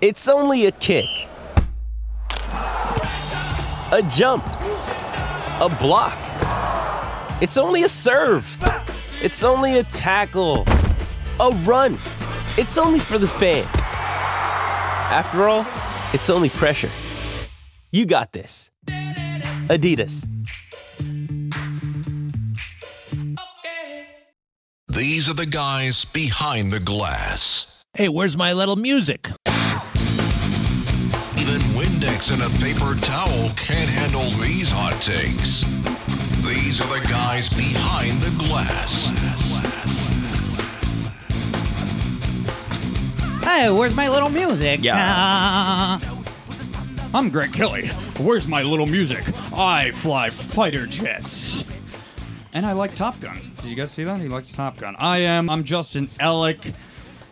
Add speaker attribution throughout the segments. Speaker 1: It's only a kick, a jump, a block. It's only a serve. It's only a tackle, a run. It's only for the fans. After all, it's only pressure. You got this. Adidas.
Speaker 2: These are the guys behind the glass.
Speaker 3: Hey, where's my little music?
Speaker 2: Even Windex and a paper towel can't handle these hot takes. These are the guys behind the glass.
Speaker 4: Hey, where's my little music?
Speaker 5: Yeah.
Speaker 4: Ah.
Speaker 6: I'm Greg Kelly. Where's my little music? I fly fighter jets. And I like Top Gun. Did you guys see that? He likes Top Gun. I am. I'm Justin Ellick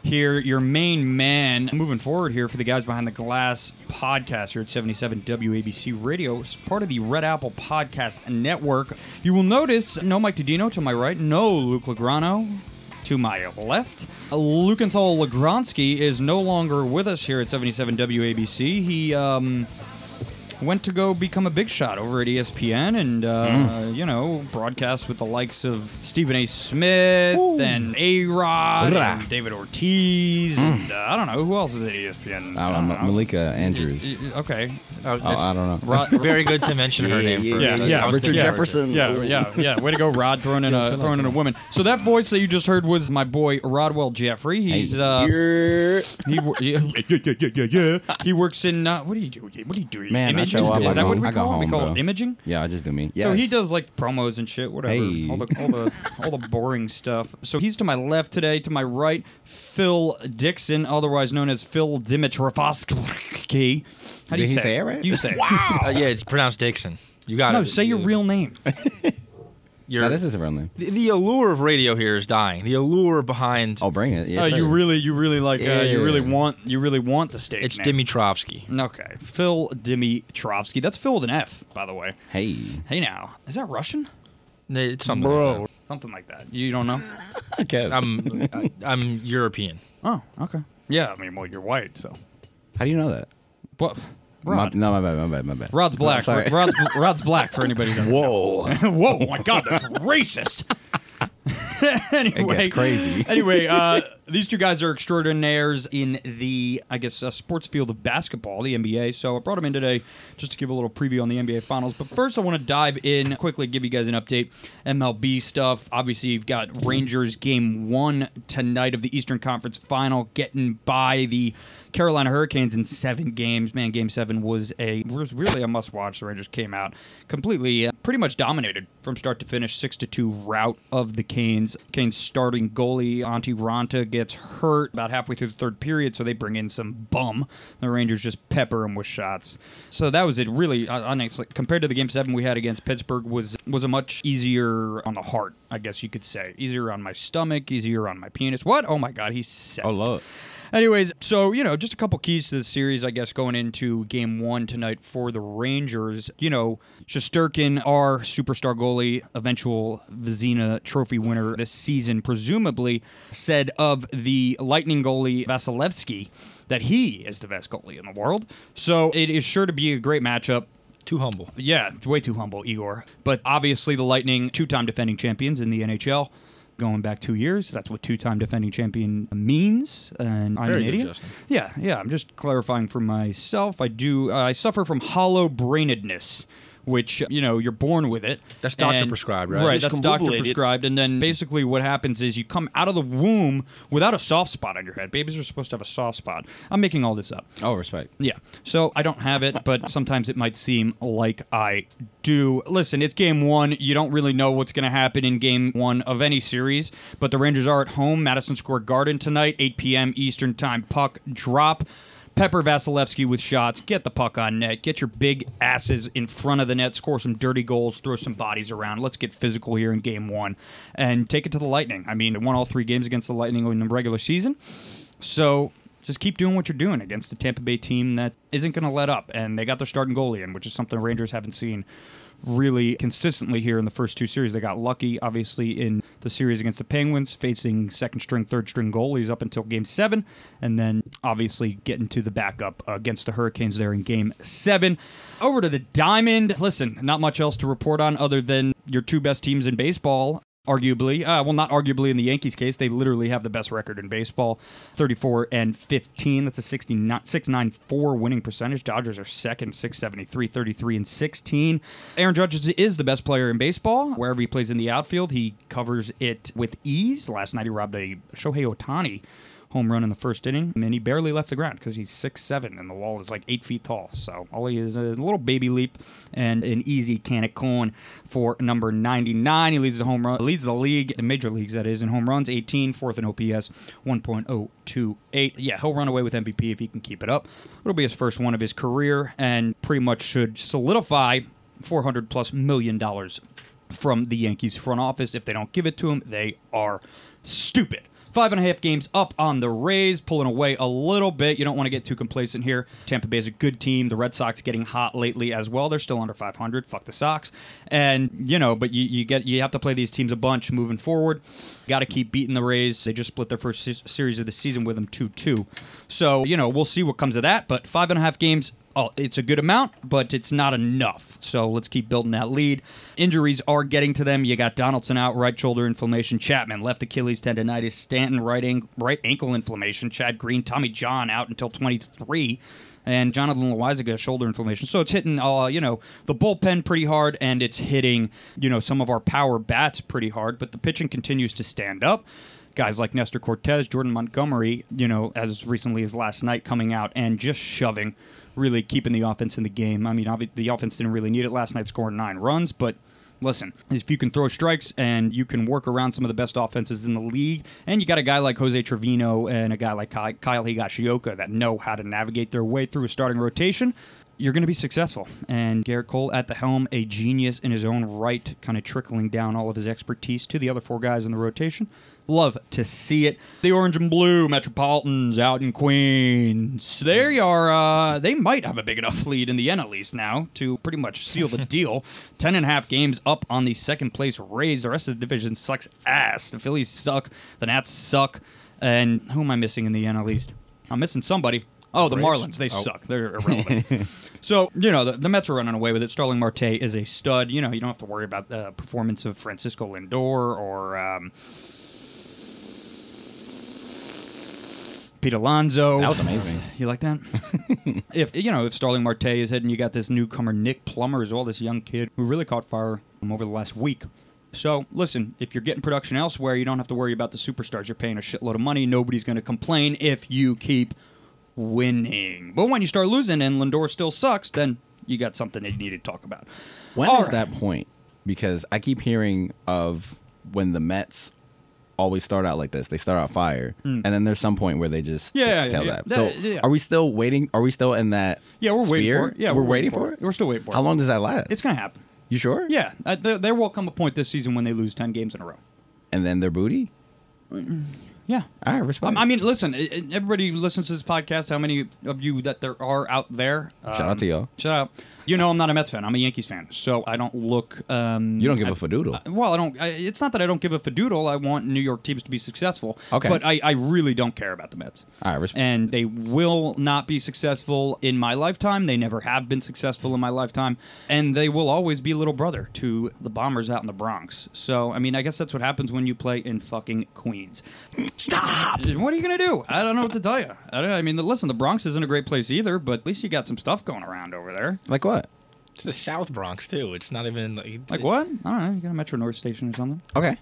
Speaker 6: here, your main man. Moving forward here for the guys behind the glass podcast here at 77 WABC Radio. It's part of the Red Apple Podcast Network. You will notice no Mike Dodino to my right, no Luke Lagrano to my left. Lukenthal Legronsky is no longer with us here at 77 WABC. He um, went to go become a big shot over at E ESPN and, uh,
Speaker 5: Mm.
Speaker 6: you know, broadcast with the likes of Stephen A. Smith and A Rod
Speaker 5: Rah. Mm.
Speaker 6: and David Ortiz. And uh, I don't know. Who else is at ESPN?
Speaker 5: I don't know. Malika Andrews.
Speaker 6: Okay.
Speaker 7: Oh,
Speaker 5: Oh, I don't know.
Speaker 6: Rod,
Speaker 7: Very good to mention her name first.
Speaker 6: yeah,
Speaker 7: I
Speaker 6: yeah,
Speaker 7: was
Speaker 5: Richard
Speaker 7: thinking-
Speaker 5: Jefferson.
Speaker 6: Yeah, yeah, yeah. Way to go, Rod, throwing in a throwing in a woman. So that voice that you just heard was my boy Rodwell Jeffrey. He's uh, he wo- yeah, yeah, yeah, yeah, yeah, yeah. He works in uh, what do you do? What do you do?
Speaker 5: Man, I
Speaker 6: imaging?
Speaker 5: show up,
Speaker 6: Is
Speaker 5: I
Speaker 6: that
Speaker 5: go-
Speaker 6: what we
Speaker 5: I go
Speaker 6: call it? We
Speaker 5: home,
Speaker 6: call
Speaker 5: bro.
Speaker 6: it imaging.
Speaker 5: Yeah, I just do me. Yeah.
Speaker 6: So he does like promos and shit, whatever.
Speaker 5: Hey.
Speaker 6: All the all the all the boring stuff. So he's to my left today, to my right, Phil Dixon, otherwise known as Phil Dimitrovsky. How
Speaker 5: Did
Speaker 6: do you
Speaker 5: he
Speaker 6: say
Speaker 5: say it right?
Speaker 6: You say wow.
Speaker 7: Uh, yeah, it's pronounced Dixon. You got it.
Speaker 6: No, say your real name.
Speaker 7: Your,
Speaker 5: No, this is a real name.
Speaker 7: the, the allure of radio here is dying. The allure behind
Speaker 5: I'll bring it. Yeah,
Speaker 6: Oh,
Speaker 5: sure.
Speaker 6: you really, you really like, uh, you really
Speaker 5: Yeah.
Speaker 6: want, you really want the stage.
Speaker 7: it's
Speaker 6: name.
Speaker 7: Dimitrovsky.
Speaker 6: Okay, Phil Dimitrovsky. That's Phil with an F, by the way.
Speaker 5: Hey.
Speaker 6: Hey, now, is that Russian?
Speaker 7: It's something. Bro,
Speaker 6: Something like that. You don't know?
Speaker 5: Okay.
Speaker 7: I'm I, I'm European.
Speaker 6: oh, okay. Yeah, I mean, well, you're white, so.
Speaker 5: How do you know that?
Speaker 6: What?
Speaker 5: My,
Speaker 6: Rod.
Speaker 5: no, my bad. My bad. My bad.
Speaker 6: Rod's
Speaker 5: I'm
Speaker 6: black.
Speaker 5: sorry.
Speaker 6: Rod's, Rod's black for anybody who doesn't.
Speaker 5: Whoa.
Speaker 6: Whoa, my God, that's racist. anyway,
Speaker 5: gets crazy.
Speaker 6: anyway, uh, these two guys are extraordinaires in the, I guess, uh, sports field of basketball, the NBA. So I brought them in today just to give a little preview on the NBA Finals. But first, I want to dive in quickly, give you guys an update. MLB stuff. Obviously, you've got Rangers game one tonight of the Eastern Conference Final, getting by the Carolina Hurricanes in seven games. Man, game seven was a was really a must watch. The Rangers came out completely, uh, pretty much dominated from start to finish, six to two rout of the Canes. Canes starting goalie Antti Ranta gets hurt about halfway through the third period, so they bring in some bum. The Rangers just pepper him with shots. So that was it. Really, uh, honestly, compared to the game seven we had against Pittsburgh, was was a much easier on the heart, I guess you could say, easier on my stomach, easier on my penis. What? Oh my God, he's sick.
Speaker 5: look.
Speaker 6: Anyways, so you know, just a couple keys to the series, I guess, going into game one tonight for the Rangers. You know, Shosturkin, our superstar goalie, eventual Vezina Trophy winner this season, presumably said of the Lightning goalie Vasilevsky that he is the best goalie in the world. So it is sure to be a great matchup.
Speaker 7: Too humble.
Speaker 6: Yeah, it's way too humble, Igor. But obviously, the Lightning, two time defending champions in the NHL. Going back two years, that's what two-time defending champion means. And I'm
Speaker 7: Very
Speaker 6: an
Speaker 7: good,
Speaker 6: idiot.
Speaker 7: Justin.
Speaker 6: Yeah, yeah. I'm just clarifying for myself. I do. I suffer from hollow-brainedness, which you know you're born with it.
Speaker 7: That's doctor prescribed, right?
Speaker 6: Right.
Speaker 7: Just
Speaker 6: that's doctor
Speaker 7: completely idiot.
Speaker 6: prescribed. And then basically, what happens is you come out of the womb without a soft spot on your head. Babies are supposed to have a soft spot. I'm making all this up.
Speaker 5: Oh, respect.
Speaker 6: Yeah. So I don't have it, but sometimes it might seem like I do. Listen, it's game one. You don't really know what's going to happen in game one of any series, but the Rangers are at home, Madison Square Garden tonight, 8 p.m. Eastern Time. Puck drop. Pepper Vasilevsky with shots. Get the puck on net. Get your big asses in front of the net. Score some dirty goals. Throw some bodies around. Let's get physical here in game one and take it to the Lightning. I mean, it won all three games against the Lightning in the regular season. So just keep doing what you're doing against a Tampa Bay team that isn't going to let up. And they got their starting goalie in, which is something Rangers haven't seen really consistently here in the first two series. They got lucky, obviously, in the series against the Penguins, facing second string, third string goalies up until game seven, and then obviously getting to the backup against the Hurricanes there in game seven. Over to the Diamond. Listen, not much else to report on other than your two best teams in baseball arguably uh, well not arguably in the yankees case they literally have the best record in baseball 34 and 15 that's a 69 694 winning percentage dodgers are second 673 33 and 16 aaron judge is- is the best player in baseball wherever he plays in the outfield he covers it with ease last night he robbed a shohei otani home run in the first inning, and he barely left the ground because he's six seven and the wall is like eight feet tall. So all he is a little baby leap and an easy can of corn for number ninety nine. He leads the home run, leads the league, the major leagues that is, in home runs 18, fourth in OPS one point oh two eight. Yeah, he'll run away with MVP if he can keep it up. It'll be his first one of his career and pretty much should solidify four hundred plus million dollars from the Yankees front office. If they don't give it to him, they are stupid. Five and a half games up on the Rays, pulling away a little bit. You don't want to get too complacent here. Tampa Bay is a good team. The Red Sox getting hot lately as well. They're still under 500. Fuck the Sox, and you know, but you, you get you have to play these teams a bunch moving forward. Got to keep beating the Rays. They just split their first se- series of the season with them two two. So you know, we'll see what comes of that. But five and a half games oh, it's a good amount, but it's not enough. So let's keep building that lead. Injuries are getting to them. You got Donaldson out, right shoulder inflammation. Chapman left Achilles tendonitis. Stanton right, an- right ankle inflammation. Chad Green, Tommy John out until 23. And Jonathan Loizaga shoulder inflammation, so it's hitting, uh, you know, the bullpen pretty hard, and it's hitting, you know, some of our power bats pretty hard. But the pitching continues to stand up guys like Nestor Cortez, Jordan Montgomery, you know, as recently as last night coming out and just shoving, really keeping the offense in the game. I mean, obvi- the offense didn't really need it last night, scoring nine runs, but. Listen, if you can throw strikes and you can work around some of the best offenses in the league, and you got a guy like Jose Trevino and a guy like Ky- Kyle Higashioka that know how to navigate their way through a starting rotation, you're going to be successful. And Garrett Cole at the helm, a genius in his own right, kind of trickling down all of his expertise to the other four guys in the rotation. Love to see it. The orange and blue Metropolitans out in Queens. There you are. Uh, they might have a big enough lead in the NL East now to pretty much seal the deal. Ten and a half games up on the second place Rays. The rest of the division sucks ass. The Phillies suck. The Nats suck. And who am I missing in the NL East? I'm missing somebody. Oh, the Marlins. They suck. They're irrelevant. So you know the, the Mets are running away with it. Starling Marte is a stud. You know you don't have to worry about the performance of Francisco Lindor or um, Pete Alonso.
Speaker 5: That was amazing.
Speaker 6: You like that? if you know if Starling Marte is hitting, you got this newcomer Nick Plummer as well, this young kid who really caught fire um, over the last week. So listen, if you're getting production elsewhere, you don't have to worry about the superstars. You're paying a shitload of money. Nobody's going to complain if you keep winning. But when you start losing and Lindor still sucks, then you got something that you need to talk about.
Speaker 5: When
Speaker 6: All
Speaker 5: is
Speaker 6: right.
Speaker 5: that point? Because I keep hearing of when the Mets always start out like this. They start out fire, and then there's some point where they just
Speaker 6: Hmm. Yeah,
Speaker 5: t-
Speaker 6: yeah,
Speaker 5: tail
Speaker 6: yeah.
Speaker 5: that. So
Speaker 6: That- yeah.
Speaker 5: are we still waiting? Are we still in that?
Speaker 6: Yeah, we're waiting
Speaker 5: sphere?
Speaker 6: for it. Yeah,
Speaker 5: we're, waiting, for it.
Speaker 6: We're still waiting for
Speaker 5: How
Speaker 6: it.
Speaker 5: long does that last?
Speaker 6: It's going to happen.
Speaker 5: You sure?
Speaker 6: Yeah, uh, there, there will come a point this season when they lose 10 games in a row.
Speaker 5: And then their booty.
Speaker 6: Yeah.
Speaker 5: I respect.
Speaker 6: Um, I mean, listen, i- i- everybody who listens to this podcast. How many of you that there are out there? um,
Speaker 5: Shout out to y'all.
Speaker 6: Shout out. You know, I'm not a Mets fan. I'm a Yankees fan, so I don't look. Um,
Speaker 5: you don't give
Speaker 6: I-
Speaker 5: a fadoodle.
Speaker 6: well, I don't. I, it's not that I don't give a fadoodle. I want New York teams to be successful.
Speaker 5: Okay.
Speaker 6: But I, I really don't care about the Mets.
Speaker 5: All right, res-
Speaker 6: And they will not be successful in my lifetime. They never have been successful in my lifetime, and they will always be little brother to the Bombers out in the Bronx. So, I mean, I guess that's what happens when you play in fucking Queens. Stop. What are you gonna do? I don't know what to tell you. I, don't, I mean, listen, the Bronx isn't a great place either, but at least you got some stuff going around over there.
Speaker 5: like what?
Speaker 7: It's the South Bronx too. It's not even like,
Speaker 6: Like what? I don't know. You got a Metro North station or something.
Speaker 5: Okay,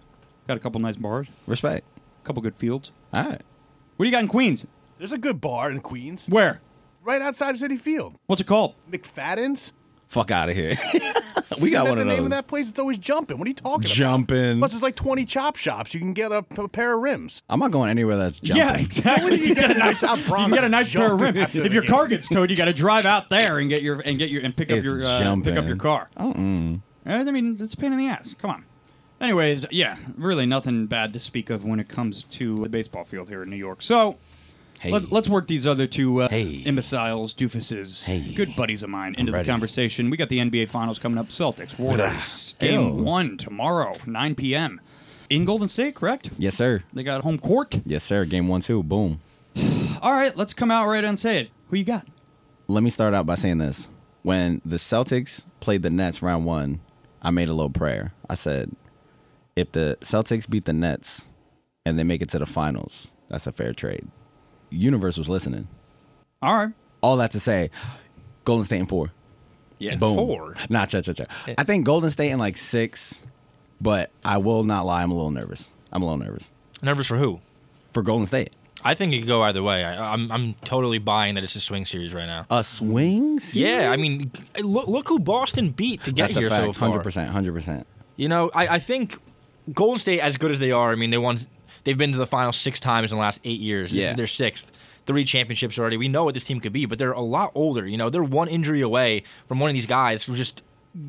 Speaker 6: Got a couple nice bars,
Speaker 5: respect.
Speaker 6: a couple good fields.
Speaker 5: All right.
Speaker 6: What do you got in Queens?
Speaker 8: There's a good bar in Queens,
Speaker 6: Where?
Speaker 8: right outside City Field.
Speaker 6: What's it called?
Speaker 8: McFadden's.
Speaker 5: Fuck out of here. we
Speaker 8: Isn't that
Speaker 5: got one
Speaker 8: the
Speaker 5: of
Speaker 8: name
Speaker 5: those.
Speaker 8: of that place? It's always jumping. What are you talking
Speaker 5: jumping.
Speaker 8: about? Plus, there's like 20 chop shops. You can get a, a pair of rims.
Speaker 5: I'm not going anywhere that's jumping.
Speaker 6: Yeah, exactly. you
Speaker 8: get a nice,
Speaker 6: can get a nice pair of rims.
Speaker 8: After
Speaker 6: If
Speaker 8: the
Speaker 6: your
Speaker 8: game.
Speaker 6: car gets towed, you got to drive out there and get your and get your and pick up
Speaker 5: It's
Speaker 6: your uh, pick up
Speaker 5: jumping. Oh, mm.
Speaker 6: your car. Uh, I mean, it's a pain in the ass. Come on. Anyways, yeah, really nothing bad to speak of when it comes to the baseball field here in New York. So
Speaker 5: Hey.
Speaker 6: Let, us work these other two uh, imbeciles, doofuses, good buddies of mine into the conversation. We got the NBA Finals coming up. Celtics, Warriors, Game One tomorrow, 9 p.m. in Golden State, correct?
Speaker 5: Yes, sir.
Speaker 6: They got home court.
Speaker 5: Yes, sir. Game one, two. Boom.
Speaker 6: All right, let's come out right and say it. Who you got?
Speaker 5: Let me start out by saying this. When the Celtics played the Nets round one, I made a little prayer. I said, if the Celtics beat the Nets and they make it to the finals, that's a fair trade. Universe was listening.
Speaker 6: All right.
Speaker 5: All that to say, Golden State in four.
Speaker 7: Yeah,
Speaker 5: Boom.
Speaker 7: four.
Speaker 5: Nah, cha cha cha. I think Golden State in like six, but I will not lie. I'm a little nervous. I'm a little nervous
Speaker 7: Nervous for who?
Speaker 5: for Golden State.
Speaker 7: I think it could go either way. I, I'm I'm totally buying that it's a swing series right now.
Speaker 5: A swing?
Speaker 7: Yeah, I mean, look look who Boston beat to get
Speaker 5: that's
Speaker 7: here
Speaker 5: a fact.
Speaker 7: so far.
Speaker 5: Hundred percent. Hundred percent.
Speaker 7: You know, I, I think Golden State, as good as they are, I mean, they won. They've been to the final six times in the last eight years. This
Speaker 5: Yeah.
Speaker 7: is their sixth. Three championships already. We know what this team could be, but they're a lot older. You know, they're one injury away from one of these guys who's just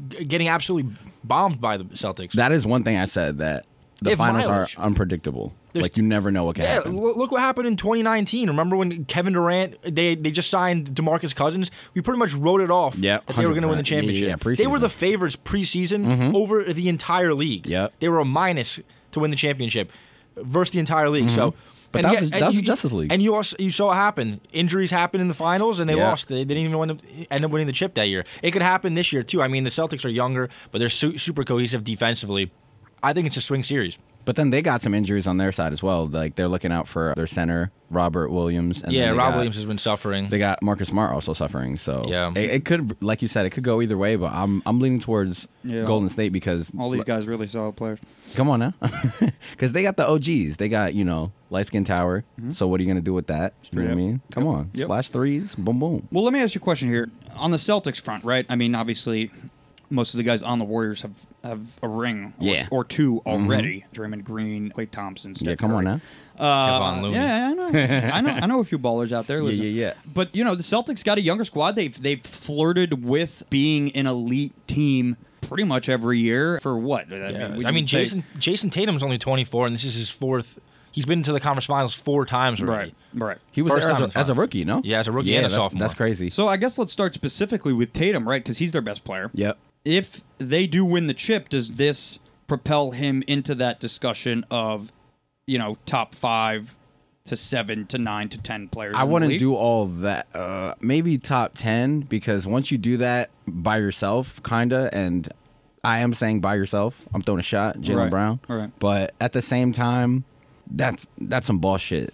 Speaker 7: g- getting absolutely bombed by the Celtics.
Speaker 5: That is one thing I said that
Speaker 7: They
Speaker 5: the
Speaker 7: have
Speaker 5: finals
Speaker 7: mileage.
Speaker 5: are unpredictable.
Speaker 7: There's-
Speaker 5: like you never know what can
Speaker 7: yeah,
Speaker 5: happen.
Speaker 7: lo- look what happened in 2019. Remember when Kevin Durant they they just signed DeMarcus Cousins? We pretty much wrote it off.
Speaker 5: Yeah,
Speaker 7: that they were going to win the
Speaker 5: 100%. Yeah, yeah,
Speaker 7: championship.
Speaker 5: yeah,
Speaker 7: they
Speaker 5: preseason.
Speaker 7: were
Speaker 5: Mm-hmm.
Speaker 7: the favorites preseason over the entire league.
Speaker 5: Yep.
Speaker 7: they were a minus to win the championship versus the entire league. So.
Speaker 5: Mm-hmm. But
Speaker 7: and
Speaker 5: that was-
Speaker 7: yeah,
Speaker 5: that
Speaker 7: and
Speaker 5: was
Speaker 7: you-
Speaker 5: the Justice League.
Speaker 7: and you also you saw it happen. Injuries happened in the finals, and they
Speaker 5: Yeah.
Speaker 7: lost. They, they didn't even win the, end up winning the chip that year. It could happen this year too. I mean, the Celtics are younger, but they're su- super cohesive defensively. I think it's a swing series.
Speaker 5: But then they got some injuries on their side as well. Like they're looking out for their center Robert Williams. And then
Speaker 7: yeah,
Speaker 5: they
Speaker 7: Rob
Speaker 5: got-
Speaker 7: Williams has been suffering.
Speaker 5: They got Marcus Smart also suffering. So
Speaker 7: Yeah.
Speaker 5: it, it could, like you said, it could go either way. But I'm I'm leaning towards
Speaker 6: Yeah.
Speaker 5: Golden State because
Speaker 6: All these guys really solid players.
Speaker 5: Come on now. Because they got the OGs. They got, you know, light skin tower. So what are you going to do with that? you know what I mean? Come on.
Speaker 6: Mm-hmm. Yep.
Speaker 5: Splash threes. Boom, boom.
Speaker 6: Well, let me ask you a question here on the Celtics front, right? I mean, obviously, most of the guys on the Warriors have have a ring, or,
Speaker 5: Yeah. Mm-hmm.
Speaker 6: or two already. Draymond Green, Klay Thompson, Steph
Speaker 5: Yeah, come on
Speaker 6: Curry.
Speaker 5: now.
Speaker 6: Uh,
Speaker 7: Kevon Looney.
Speaker 6: Yeah, I know. I know. I know a few ballers out there. listen.
Speaker 5: yeah, yeah.
Speaker 6: But you know, the Celtics got a younger squad. They've they've flirted with being an elite team pretty much every year for what?
Speaker 7: Yeah,
Speaker 6: we
Speaker 7: I mean,
Speaker 6: can say-
Speaker 7: Jason Jason Tatum's only 24, and this is his fourth. He's been to the conference finals four times already.
Speaker 6: Right. Right.
Speaker 5: He was
Speaker 7: First
Speaker 5: there
Speaker 7: time in
Speaker 5: as
Speaker 7: the
Speaker 5: a, as a
Speaker 7: final.
Speaker 5: rookie, no?
Speaker 7: Yeah, as a rookie and a
Speaker 5: that's,
Speaker 7: sophomore.
Speaker 5: That's crazy.
Speaker 6: So I guess let's start specifically with Tatum, right? Because he's their best player.
Speaker 5: yep.
Speaker 6: if they do win the chip, does this propel him into that discussion of, you know, top five to seven to nine to ten players?
Speaker 5: I
Speaker 6: in the
Speaker 5: wouldn't
Speaker 6: league?
Speaker 5: do all that. Uh, maybe top 10, because once you do that by yourself, kind of, and I am saying by yourself, I'm throwing a shot, Jalen
Speaker 6: Right,
Speaker 5: Brown.
Speaker 6: right.
Speaker 5: But at the same time, that's that's some bullshit.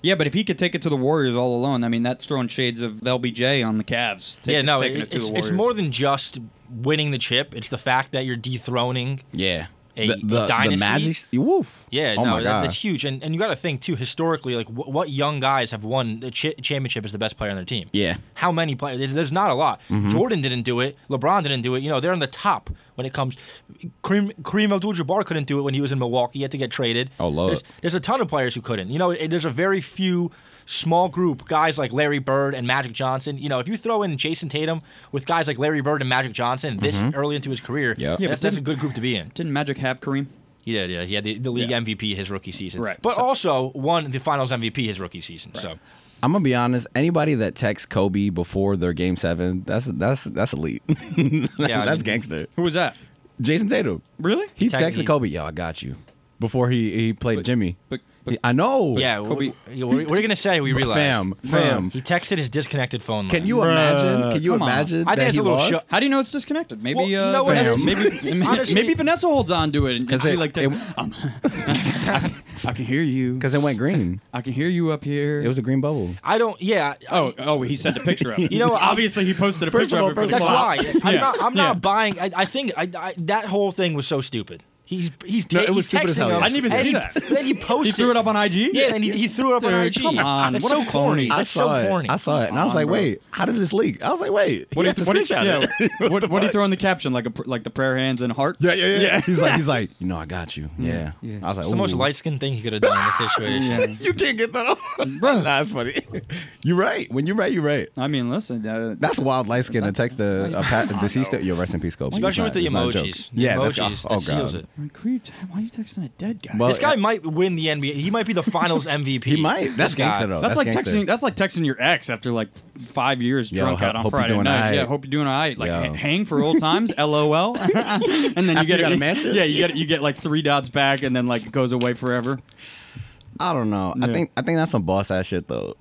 Speaker 6: Yeah, but if he could take it to the Warriors all alone, I mean, that's throwing shades of LBJ on the Cavs. Take-
Speaker 7: yeah, no,
Speaker 6: taking
Speaker 7: it-
Speaker 6: it to
Speaker 7: it's,
Speaker 6: the
Speaker 7: it's
Speaker 6: Warriors.
Speaker 7: more than just winning the chip. It's the fact that you're dethroning.
Speaker 5: Yeah.
Speaker 7: A-
Speaker 5: the,
Speaker 7: a
Speaker 5: the, the
Speaker 7: dynasty?
Speaker 5: Magic. Woof.
Speaker 7: Yeah,
Speaker 5: oh
Speaker 7: no,
Speaker 5: my
Speaker 7: that,
Speaker 5: God.
Speaker 7: that's huge. And and you got to think too historically, like wh- what young guys have won the chi- championship as the best player on their team.
Speaker 5: Yeah. Mm-hmm.
Speaker 7: how many players? There's, there's not a lot. Jordan didn't do it. LeBron didn't do it. You know, they're on the top when it comes. Kareem, Kareem Abdul-Jabbar couldn't do it when he was in Milwaukee. He had to get traded.
Speaker 5: Oh, love
Speaker 7: There's,
Speaker 5: it.
Speaker 7: there's a ton of players who couldn't. You know, it- there's a very few small group guys like Larry Bird and Magic Johnson. You know, if you throw in Jason Tatum with guys like Larry Bird and Magic Johnson this
Speaker 5: Mm-hmm.
Speaker 7: early into his career,
Speaker 5: Yeah, but
Speaker 7: that's, that's a
Speaker 6: then-
Speaker 7: good group to be in.
Speaker 6: Didn't Magic have Kareem?
Speaker 7: He did, yeah. He had the, the league MVP his rookie season.
Speaker 6: Right.
Speaker 7: But
Speaker 6: So-
Speaker 7: also won the finals MVP his rookie season. So
Speaker 5: I'm gonna be honest. Anybody that texts Kobe before their game seven, that's that's that's elite.
Speaker 7: I
Speaker 5: that's
Speaker 7: mean-
Speaker 5: gangster.
Speaker 6: Who was that?
Speaker 5: Jason Tatum.
Speaker 6: Really?
Speaker 5: He
Speaker 7: Tag me.
Speaker 5: texted Kobe, "Yo, I got you." Before he he played Jimmy.
Speaker 6: but- but-
Speaker 5: I know.
Speaker 7: yeah,
Speaker 6: Kobe-
Speaker 7: what, what are you gonna say? We realized,
Speaker 5: fam, fam.
Speaker 7: He texted his disconnected phone. Line.
Speaker 5: Can you imagine? Can you
Speaker 6: come on.
Speaker 5: imagine
Speaker 7: I think
Speaker 5: that
Speaker 7: it's
Speaker 5: he
Speaker 7: a little
Speaker 5: lost?
Speaker 7: sho-
Speaker 6: How do you know it's disconnected? Maybe
Speaker 7: Well, you
Speaker 6: uh,
Speaker 7: know what,
Speaker 6: Vanessa-
Speaker 5: fam.
Speaker 6: maybe
Speaker 7: Honestly-
Speaker 6: maybe Vanessa holds on to it. Because
Speaker 5: it-
Speaker 6: like to,
Speaker 5: it-
Speaker 6: um, I, I can hear you.
Speaker 5: Because it went green.
Speaker 6: I can hear you up here.
Speaker 5: It was a green bubble.
Speaker 7: I don't. Yeah.
Speaker 6: Oh, oh, he sent a picture of it.
Speaker 7: You know, I-
Speaker 6: obviously he posted a
Speaker 5: First
Speaker 6: picture
Speaker 5: of all,
Speaker 6: of it. for
Speaker 5: first
Speaker 6: the
Speaker 7: That's
Speaker 5: of all,
Speaker 6: blog.
Speaker 7: why I'm
Speaker 6: Yeah.
Speaker 7: not. I'm
Speaker 6: Yeah.
Speaker 7: not buying. I, I think I, I, that whole thing was so stupid. He's he's
Speaker 5: No,
Speaker 7: ta-
Speaker 5: it was
Speaker 7: he's
Speaker 5: stupid as
Speaker 7: texting
Speaker 5: hell,
Speaker 7: him.
Speaker 5: yeah.
Speaker 6: I didn't even
Speaker 7: And
Speaker 6: see
Speaker 7: he-
Speaker 6: that.
Speaker 7: Then he posted.
Speaker 6: He threw it up on IG?
Speaker 7: Yeah, then he, he threw it up on
Speaker 6: Dude,
Speaker 7: IG.
Speaker 6: come on.
Speaker 7: That's
Speaker 6: What
Speaker 7: so
Speaker 6: a phony.
Speaker 7: corny.
Speaker 5: I
Speaker 7: That's so
Speaker 5: saw it.
Speaker 7: corny.
Speaker 5: I saw it, and I was like, "Wait, how did this leak?" I was like, "Wait,
Speaker 6: What
Speaker 5: he
Speaker 6: do
Speaker 5: had to
Speaker 6: you, what do you,
Speaker 5: screenshot
Speaker 6: yeah,
Speaker 5: it.
Speaker 6: what, what, do you throw in the caption? Like a pr- like the prayer hands and heart.
Speaker 5: yeah, yeah, yeah." He's like, "He's like, you know, I got you." Yeah, I was like,
Speaker 7: It's the most
Speaker 5: "Ooh."
Speaker 7: light skinned thing he could have done in this situation.
Speaker 5: You can't get that off. Bro, that's funny. You're right. When you're right, you're right.
Speaker 6: I mean, listen. Uh,
Speaker 5: That's wild light skin to text the a pa- deceased. Yo, rest in peace, Kobe. It's
Speaker 7: Especially with
Speaker 5: not-
Speaker 7: the
Speaker 5: it's not a joke.
Speaker 7: emojis. The
Speaker 5: Yeah,
Speaker 7: emojis.
Speaker 5: that's,
Speaker 7: that
Speaker 5: oh,
Speaker 7: seals
Speaker 5: god.
Speaker 7: it.
Speaker 6: I'm creeped. Why are you texting a dead guy?
Speaker 5: Well,
Speaker 7: This guy might win the NBA. He might be the Finals MVP.
Speaker 5: He might. That's
Speaker 7: This guy.
Speaker 5: gangster though.
Speaker 6: that's, like
Speaker 5: gangster.
Speaker 6: texting. That's like texting your ex after like five years
Speaker 5: Yo,
Speaker 6: drunk
Speaker 5: ho-
Speaker 6: out on
Speaker 5: hope you're
Speaker 6: Friday
Speaker 5: doing
Speaker 6: night.
Speaker 5: aight.
Speaker 6: Yeah, hope you're doing all right. Like
Speaker 5: Yo.
Speaker 6: ha- hang for old times. LOL. and then you
Speaker 5: After
Speaker 6: get
Speaker 5: you got a mansion?
Speaker 6: Yeah, you get you get like three dots back, and then like it goes away forever.
Speaker 5: I don't know. I
Speaker 6: Yeah.
Speaker 5: think I think that's some boss ass shit though,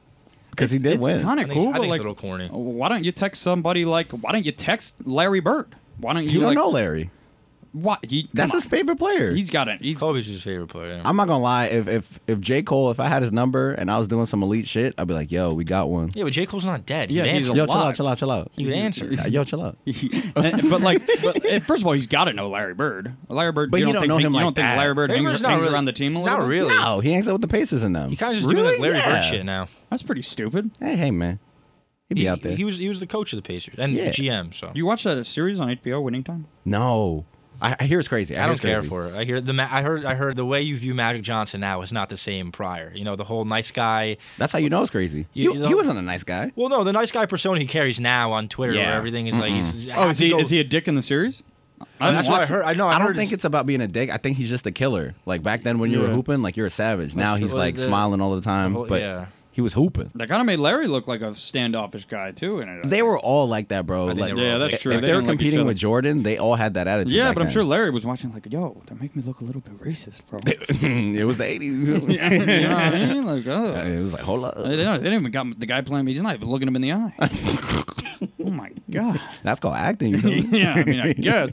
Speaker 5: because he did
Speaker 6: it's
Speaker 5: win.
Speaker 6: kind
Speaker 7: I
Speaker 6: of
Speaker 7: think,
Speaker 6: cool,
Speaker 7: I
Speaker 6: but
Speaker 7: think
Speaker 6: like,
Speaker 7: it's a little corny.
Speaker 6: why don't you text somebody like? Why don't you text Larry Bird? Why don't you?
Speaker 5: you don't
Speaker 6: like,
Speaker 5: know Larry.
Speaker 6: What? He,
Speaker 5: That's
Speaker 6: come
Speaker 5: his
Speaker 6: on.
Speaker 5: favorite player.
Speaker 6: He's got it. He's,
Speaker 7: Kobe's his favorite player.
Speaker 5: I'm not gonna lie. If if if J Cole, if I had his number and I was doing some elite shit, I'd be like, "Yo, we got one."
Speaker 7: yeah, but J. Cole's not dead. He'd
Speaker 6: Yeah, he's
Speaker 7: answer.
Speaker 5: Yo,
Speaker 6: alive.
Speaker 5: chill out, chill out, chill out.
Speaker 7: He would answer.
Speaker 5: Yo, chill out.
Speaker 6: And- but like, but, eh, first of all, he's got to know Larry Bird. Larry Bird,
Speaker 5: But you don't
Speaker 6: think,
Speaker 5: know him
Speaker 6: you
Speaker 5: like
Speaker 6: don't think
Speaker 5: that.
Speaker 6: Larry Bird
Speaker 7: Larry
Speaker 6: hangs,
Speaker 7: Bird's not
Speaker 6: hangs
Speaker 7: really-
Speaker 6: around the team a little
Speaker 7: not
Speaker 6: bit?
Speaker 7: really.
Speaker 5: No, he hangs out with the Pacers in them.
Speaker 7: He kind of just
Speaker 5: Really?
Speaker 7: doing like Larry
Speaker 5: Yeah.
Speaker 7: Bird shit now.
Speaker 6: That's pretty stupid.
Speaker 5: Hey, hey, man. He'd be
Speaker 7: He,
Speaker 5: out there.
Speaker 7: he was he was the coach of the Pacers and
Speaker 5: Yeah.
Speaker 7: GM. So
Speaker 6: You watch that series on HBO, Winning Time?
Speaker 5: no, I, I hear it's crazy. I,
Speaker 7: I
Speaker 5: hear
Speaker 7: don't
Speaker 5: it's
Speaker 7: care
Speaker 5: crazy.
Speaker 7: for it. I hear the ma- I heard I heard the way you view Magic Johnson now is not the same prior. You know the whole nice guy.
Speaker 5: That's how you know it's crazy. You,
Speaker 7: You- you
Speaker 5: he
Speaker 7: don't-
Speaker 5: wasn't a nice guy.
Speaker 7: Well, no, the nice guy persona he carries now on Twitter,
Speaker 6: Yeah.
Speaker 7: where everything is like. He's,
Speaker 6: Oh, is he
Speaker 7: happy-go-
Speaker 6: is he a dick in the series? I
Speaker 7: That's what I
Speaker 6: watched it.
Speaker 7: heard. I know. I,
Speaker 5: I
Speaker 7: heard
Speaker 5: don't think it's about being a dick. I think he's just a killer. Like back then when you were
Speaker 6: Yeah.
Speaker 5: hooping, like you're a savage. Now
Speaker 7: That's
Speaker 5: he's
Speaker 7: what
Speaker 5: like
Speaker 7: the-
Speaker 5: smiling all the time,
Speaker 7: whole-
Speaker 5: but
Speaker 7: yeah.
Speaker 5: he was hooping.
Speaker 6: That kind of made Larry look like a standoffish guy too. In it, I
Speaker 5: They
Speaker 6: think.
Speaker 5: were all like that, bro.
Speaker 7: think
Speaker 5: Like,
Speaker 7: they were all Yeah,
Speaker 6: that's like- true.
Speaker 5: If
Speaker 6: They
Speaker 5: they, were
Speaker 6: didn't like each
Speaker 5: competing
Speaker 6: other.
Speaker 5: with Jordan, they all had that attitude.
Speaker 6: Yeah,
Speaker 5: back
Speaker 6: but I'm
Speaker 5: then.
Speaker 6: sure Larry was watching like, yo, that make me look a little bit racist, bro.
Speaker 5: it was the '80s.
Speaker 6: you know what I mean? Like, oh.
Speaker 5: it was like, hold up.
Speaker 6: They, don't, they didn't even got the guy playing me. He's not even looking him in the eye. oh my god.
Speaker 5: That's called acting. You feel me?
Speaker 6: yeah, I mean, I guess.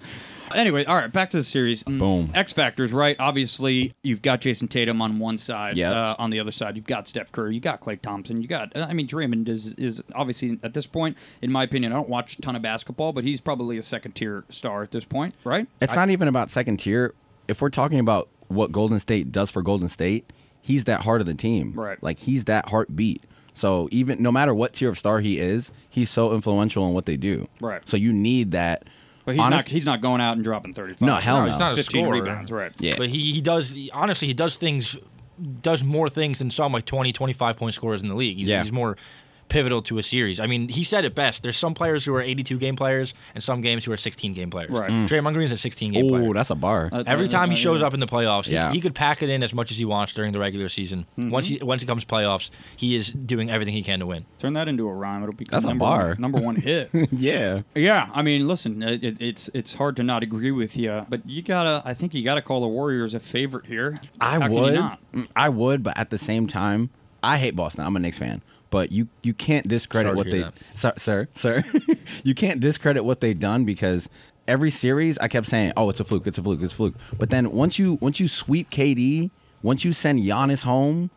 Speaker 6: Anyway, all right, back to the series. Mm,
Speaker 5: Boom.
Speaker 6: X Factors, right? Obviously, you've got Jason Tatum on one side.
Speaker 5: Yep.
Speaker 6: Uh, on the other side, you've got Steph Curry. You got Clay Thompson. You got, I mean, Draymond is, is obviously, at this point, in my opinion, I don't watch a ton of basketball, but he's probably a second tier star at this point, right?
Speaker 5: It's not even about second tier. If we're talking about what Golden State does for Golden State, he's that heart of the team.
Speaker 6: Right.
Speaker 5: Like he's that heartbeat. So even no matter what tier of star he is, he's so influential in what they do.
Speaker 6: Right.
Speaker 5: So you need that.
Speaker 6: But he's
Speaker 5: honest-
Speaker 6: not he's not going out and dropping 35.
Speaker 5: No, hell
Speaker 7: No,
Speaker 5: no.
Speaker 7: he's not a
Speaker 6: 15
Speaker 7: scorer.
Speaker 6: rebounds, right.
Speaker 5: Yeah.
Speaker 7: But he, he does, he- honestly, he does things, does more things than some like 20, 25 point scorers in the league. He's,
Speaker 5: Yeah.
Speaker 7: he's more pivotal to a series. I mean, he said it best. There's some players who are 82 game players and some games who are 16 game players.
Speaker 6: Right. Mm.
Speaker 7: Draymond Green's a 16 game
Speaker 5: Oh,
Speaker 7: player.
Speaker 5: that's a bar.
Speaker 7: Every time he shows
Speaker 6: Yeah.
Speaker 7: up in the playoffs, he-
Speaker 5: Yeah.
Speaker 7: he, could pack it in as much as he wants during the regular season. Once he once it comes playoffs, he is doing everything he can to win.
Speaker 6: Turn that into a rhyme. It'll become
Speaker 5: That's a
Speaker 6: number
Speaker 5: bar.
Speaker 6: One, number one hit.
Speaker 5: yeah.
Speaker 6: Yeah, I mean, listen, uh, it, it, it's it's hard to not agree with you, but you gotta. I think you gotta call the Warriors a favorite here.
Speaker 5: I
Speaker 6: How can you
Speaker 5: would.
Speaker 6: not?
Speaker 5: Mm, I would, but at the same time, I hate Boston. I'm a Knicks fan, but you you can't discredit
Speaker 7: Sorry to
Speaker 5: what they
Speaker 7: hear
Speaker 5: sir sir sir. you can't discredit what they've done because every series I kept saying, "Oh, it's a fluke, it's a fluke, it's a fluke." But then once you once you sweep KD, once you send Giannis home,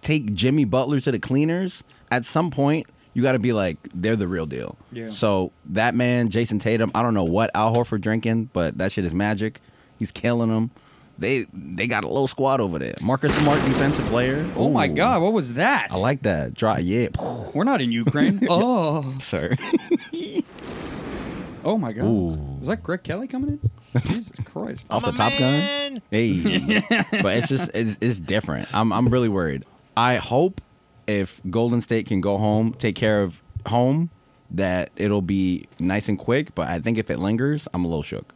Speaker 5: take Jimmy Butler to the cleaners, at some point you got to be like, they're the real deal.
Speaker 6: Yeah.
Speaker 5: So that man, Jason Tatum, I don't know what Al Horford drinking, but that shit is magic. He's killing them. They they got a low squad over there. Marcus Smart, defensive player.
Speaker 6: Oh my
Speaker 5: Ooh.
Speaker 6: God, what was that?
Speaker 5: I like that. Dry, yeah,
Speaker 6: We're not in Ukraine. oh,
Speaker 5: sir.
Speaker 6: oh my God. Is that Greg Kelly coming in? Jesus Christ.
Speaker 5: Off the Top Gun. Hey, but it's just it's, it's different. I'm I'm really worried. I hope if Golden State can go home, take care of home, that it'll be nice and quick. But I think if it lingers, I'm a little shook.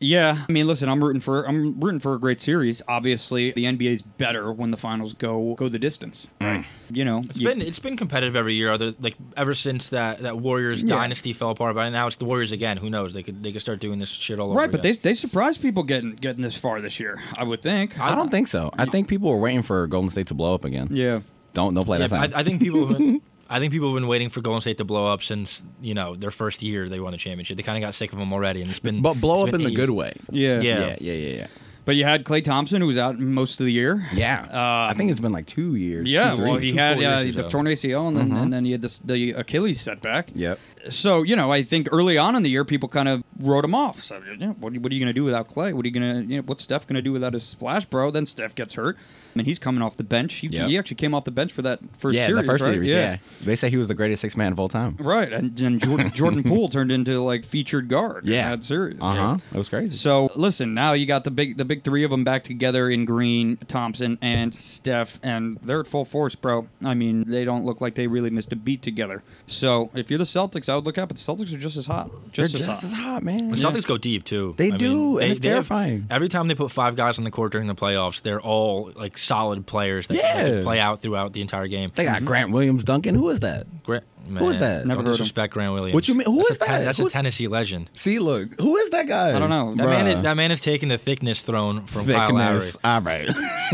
Speaker 6: Yeah, I mean, listen, I'm rooting for I'm rooting for a great series. Obviously, the NBA's better when the finals go go the distance,
Speaker 5: Mm.
Speaker 6: right? You know,
Speaker 7: It's been it's been competitive every year, other like ever since that, that Warriors dynasty fell apart. But now it's the Warriors again. Who knows? They could they could start doing this shit all over.
Speaker 6: right, but they
Speaker 7: again.
Speaker 6: they surprised people getting getting this far this year. I would think.
Speaker 5: I don't think so. I think people were waiting for Golden State to blow up again.
Speaker 6: Yeah.
Speaker 5: Don't don't play
Speaker 7: Yeah,
Speaker 5: that sound.
Speaker 7: I, I think people. Have been, I think people have been waiting for Golden State to blow up since you know their first year they won the championship. They kind of got sick of them already, and it's been
Speaker 5: but blow up
Speaker 7: it's
Speaker 5: in
Speaker 7: been
Speaker 5: the
Speaker 7: eight.
Speaker 5: good way.
Speaker 6: Yeah.
Speaker 7: Yeah.
Speaker 5: yeah, yeah, yeah. yeah.
Speaker 6: But you had Clay Thompson, who was out most of the year.
Speaker 5: Yeah, I think it's been like two years.
Speaker 6: Um, Yeah,
Speaker 5: two,
Speaker 6: well,
Speaker 5: three.
Speaker 6: he
Speaker 7: two,
Speaker 6: had
Speaker 7: four years
Speaker 6: uh,
Speaker 7: or
Speaker 6: the
Speaker 7: so.
Speaker 6: torn ACL, and then, and then he had this, the Achilles setback.
Speaker 5: Mm-hmm. Yep.
Speaker 6: So you know, I think early on in the year, people kind of wrote him off. So you know, what, are you- what are you going to do without Clay? What are you going to? You know, what's Steph going to do without his splash, bro? Then Steph gets hurt, and he's coming off the bench. He,
Speaker 5: Yep.
Speaker 6: he actually came off the bench for that first
Speaker 5: yeah,
Speaker 6: series.
Speaker 5: the first
Speaker 6: right?
Speaker 5: series. Yeah. they say he was the greatest six man of all time.
Speaker 6: Right, and then Jordan, Jordan Poole turned into like featured guard. in
Speaker 5: Yeah.
Speaker 6: that series.
Speaker 5: Uh huh. It was crazy.
Speaker 6: So listen, now you got the big the big three of them back together in Green, Thompson, and Steph, and they're at full force, bro. I mean, they don't look like they really missed a beat together. So if you're the Celtics, I would look out, but the Celtics are just as hot.
Speaker 5: they're
Speaker 6: Just as hot.
Speaker 5: just as hot, man.
Speaker 7: The Celtics go deep too.
Speaker 5: They do, and it's terrifying.
Speaker 7: every time they put five guys on the court during the playoffs, they're all like solid players that can, like,
Speaker 5: Yeah.
Speaker 7: play out throughout the entire game.
Speaker 5: They got Grant Williams Duncan. Who is that?
Speaker 7: Grant,
Speaker 5: Who is that?
Speaker 6: Never heard
Speaker 7: Don't
Speaker 6: of him.
Speaker 7: disrespect Grant Williams.
Speaker 5: What you mean? Who
Speaker 7: Who is
Speaker 5: is that?
Speaker 7: that's
Speaker 5: Who's-
Speaker 7: a Tennessee legend.
Speaker 5: See, look, who is that guy?
Speaker 6: I don't know.
Speaker 7: That man, is,
Speaker 5: Bruh.
Speaker 7: that man is taking the thickness throne from Kyle Lowry.
Speaker 5: Thickness. All right.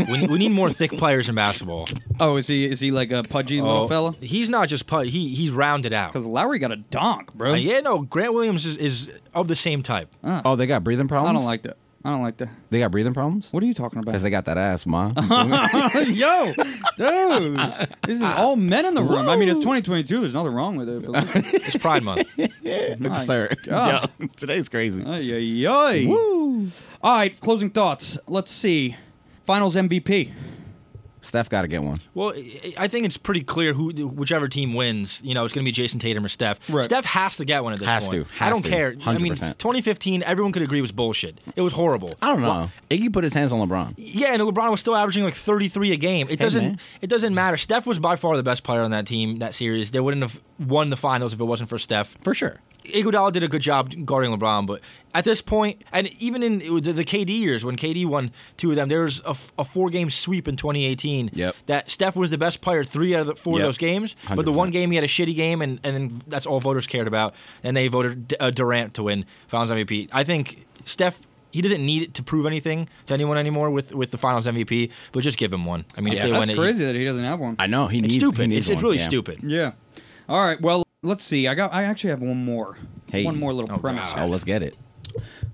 Speaker 7: We, need- we need more thick players in basketball. Oh,
Speaker 6: Oh, is he is he like a pudgy little fella?
Speaker 7: He's not just put. He he's rounded out.
Speaker 6: Because Lowry got a donk, bro.
Speaker 7: Uh, yeah, no. Grant Williams is, is of the same type.
Speaker 5: oh, they got breathing
Speaker 6: I
Speaker 5: problems.
Speaker 6: don't like that. I don't like that.
Speaker 5: They got breathing problems
Speaker 6: What Oh are you talking about?
Speaker 5: because they got that ass, ma.
Speaker 6: Yo, dude, this is all men in the room. I mean, it's 2022. There's nothing wrong with it. But listen,
Speaker 7: It's Pride Month.
Speaker 6: my
Speaker 5: Sir, yo,
Speaker 6: God.
Speaker 5: today's crazy.
Speaker 6: Ay, ay, ay. All right, closing thoughts. Let's see. Finals MVP.
Speaker 5: Steph got to get one.
Speaker 7: Well, I- I think it's pretty clear who whichever team wins. You know, it's going to be Jason Tatum or Steph.
Speaker 6: Right.
Speaker 7: Steph has to get one at this
Speaker 5: Has
Speaker 7: point.
Speaker 5: to,
Speaker 7: I
Speaker 5: has
Speaker 7: don't
Speaker 5: to,
Speaker 7: care. I mean,
Speaker 5: 100%.
Speaker 7: 2015, everyone could agree was bullshit. It was horrible.
Speaker 5: I don't know. Iggy put his hands on LeBron.
Speaker 7: Yeah, and LeBron was still averaging like 33 a game. It doesn't.
Speaker 5: man.
Speaker 7: It doesn't matter. Steph was by far the best player on that team that series. They wouldn't have won the finals if it wasn't for Steph.
Speaker 5: For sure.
Speaker 7: Iguodala did a good job guarding LeBron, but at this point, and even in it was the KD years when KD won two of them, there was a, four game sweep in 2018.
Speaker 5: Yep.
Speaker 7: That Steph was the best player three out of the four
Speaker 5: Yep.
Speaker 7: of those games, but the
Speaker 5: 100%.
Speaker 7: one game he had a shitty game, and, and then that's all voters cared about, and they voted D- uh, Durant to win Finals MVP. I think Steph. He doesn't need it to prove anything to anyone anymore with, with the Finals MVP, but just give him one. I mean, if they
Speaker 6: That's
Speaker 7: win
Speaker 6: crazy that he doesn't have one.
Speaker 5: I know he
Speaker 7: it, it's
Speaker 5: needs.
Speaker 7: stupid.
Speaker 5: He needs
Speaker 7: it's, it's
Speaker 5: one.
Speaker 7: really
Speaker 5: Yeah.
Speaker 7: stupid.
Speaker 6: Yeah. All right. Well, let's see. I got. I actually have one more.
Speaker 5: Hey.
Speaker 6: One more little
Speaker 5: Oh,
Speaker 6: premise.
Speaker 5: Oh, let's get it.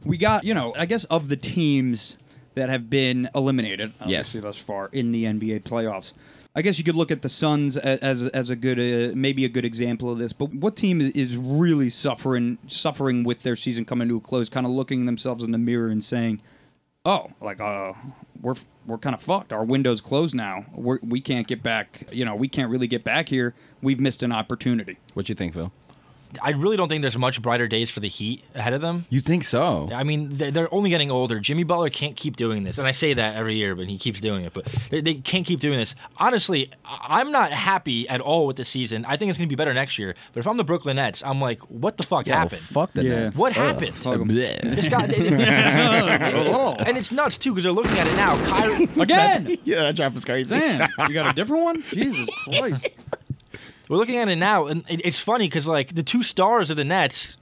Speaker 6: we got you know i guess of the teams that have been eliminated
Speaker 5: Yes.
Speaker 6: obviously thus far in the nba playoffs i guess you could look at the suns a- as as a good uh, maybe a good example of this but what team is- is really suffering suffering with their season coming to a close kind of looking themselves in the mirror and saying oh like uh we're f- we're kind of fucked our window's closed now we're, we can't get back you know we can't really get back here we've missed an opportunity
Speaker 5: What you think, Phil?
Speaker 7: I really don't think there's much brighter days for the Heat ahead of them.
Speaker 5: You think so?
Speaker 7: I mean, they- they're only getting older. Jimmy Butler can't keep doing this, and I say that every year, but he keeps doing it. But they, they can't keep doing this. Honestly, I- I'm not happy at all with the season. I think it's going to be better next year. But if I'm the Brooklyn Nets, I'm like, what the fuck
Speaker 5: Yo,
Speaker 7: happened?
Speaker 5: Oh, Fuck the
Speaker 6: Yeah.
Speaker 5: Nets.
Speaker 7: What
Speaker 5: Ugh.
Speaker 7: happened?
Speaker 5: Uh, bleh.
Speaker 7: This guy, they- they- and it's nuts too because they're looking at it now. Kyrie,
Speaker 6: again
Speaker 5: yeah, that drop is crazy.
Speaker 6: Damn, you got a different one jesus christ
Speaker 7: we're looking at it now, and it, it's funny because like the two stars of the Nets.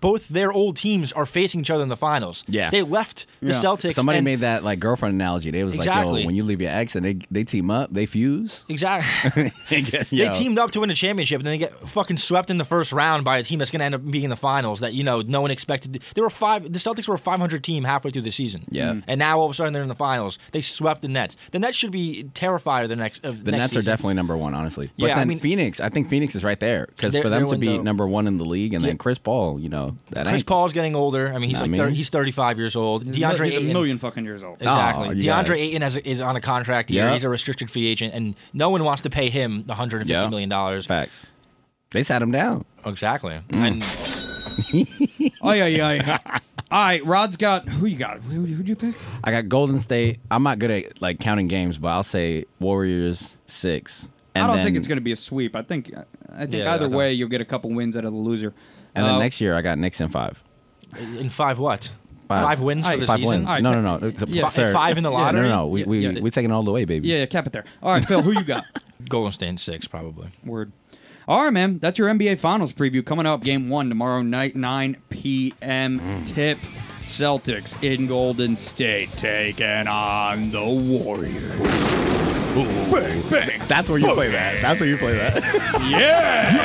Speaker 7: Both their old teams are facing each other in the finals.
Speaker 5: Yeah.
Speaker 7: they left the
Speaker 6: Yeah.
Speaker 7: Celtics.
Speaker 5: Somebody
Speaker 7: and-
Speaker 5: made that like girlfriend analogy. They was like,
Speaker 7: Exactly.
Speaker 5: yo, when you leave your ex and they they team up, they fuse.
Speaker 7: exactly. They teamed up to win a championship, and then they get fucking swept in the first round by a team that's going to end up being in the finals. That you know, no one expected. They were five. The Celtics were a 500 team halfway through the season.
Speaker 5: Yeah.
Speaker 6: Mm-hmm.
Speaker 7: and now all of a sudden they're in the finals. They swept the Nets. The Nets should be terrified of the next. Of
Speaker 5: The
Speaker 7: next
Speaker 5: Nets are
Speaker 7: season.
Speaker 5: definitely number one, honestly. But
Speaker 7: Yeah, I
Speaker 5: then
Speaker 7: mean-
Speaker 5: Phoenix, I think Phoenix is right there because
Speaker 7: They're-
Speaker 5: for them
Speaker 7: they're
Speaker 5: to be
Speaker 7: window.
Speaker 5: number one in the league, and then Chris Paul, you know, that
Speaker 7: Chris
Speaker 5: ain't-
Speaker 7: Paul's getting older. I mean, he's
Speaker 5: Nah,
Speaker 7: like
Speaker 5: man.
Speaker 7: 30, he's 35 years old. DeAndre
Speaker 6: he's a
Speaker 7: Ayton-
Speaker 6: million fucking years old.
Speaker 7: Exactly.
Speaker 5: Aw, Oh, you
Speaker 7: DeAndre
Speaker 5: guys.
Speaker 7: Ayton has, is on a contract year.
Speaker 5: Yeah.
Speaker 7: He's a restricted free agent, and no one wants to pay him the 150
Speaker 5: Yeah.
Speaker 7: million dollars.
Speaker 5: facts. They sat him down.
Speaker 7: Exactly.
Speaker 5: Mm.
Speaker 7: And
Speaker 6: Ay, ay, ay. All right, Rod's got who you got? Who, who'd you pick?
Speaker 5: I got Golden State. I'm not good at like counting games, but I'll say Warriors six. And
Speaker 6: I don't
Speaker 5: then-
Speaker 6: think it's going to be a sweep. I think I think
Speaker 7: Yeah,
Speaker 6: either
Speaker 7: I don't-
Speaker 6: way you'll get a couple wins out of the loser.
Speaker 5: And
Speaker 7: Oh.
Speaker 5: then
Speaker 6: Uh,
Speaker 5: next year, I got Knicks in five.
Speaker 7: in five what? Five, wins for the
Speaker 5: five
Speaker 7: season.
Speaker 5: wins.
Speaker 6: All right,
Speaker 5: No,
Speaker 6: ca-
Speaker 5: no, no. It's a
Speaker 6: yeah,
Speaker 5: fi-
Speaker 6: fi-
Speaker 5: sir.
Speaker 7: five in the
Speaker 5: Yeah, No,
Speaker 7: lottery?
Speaker 5: no, no. We
Speaker 6: Yeah,
Speaker 5: we
Speaker 6: yeah.
Speaker 5: we taking it all the way, baby.
Speaker 6: yeah, yeah, cap it there. All right, Phil, who you got?
Speaker 7: Golden State in six, probably.
Speaker 6: Word. All right, man. That's your NBA Finals preview coming up. Game one tomorrow night, 9 p.m.
Speaker 5: Mm.
Speaker 6: Tip Celtics in Golden State taking on the Warriors. Bang, bang.
Speaker 5: That's where you play that. That's where you play that.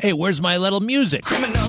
Speaker 3: Hey, where's my little music?
Speaker 9: Criminal.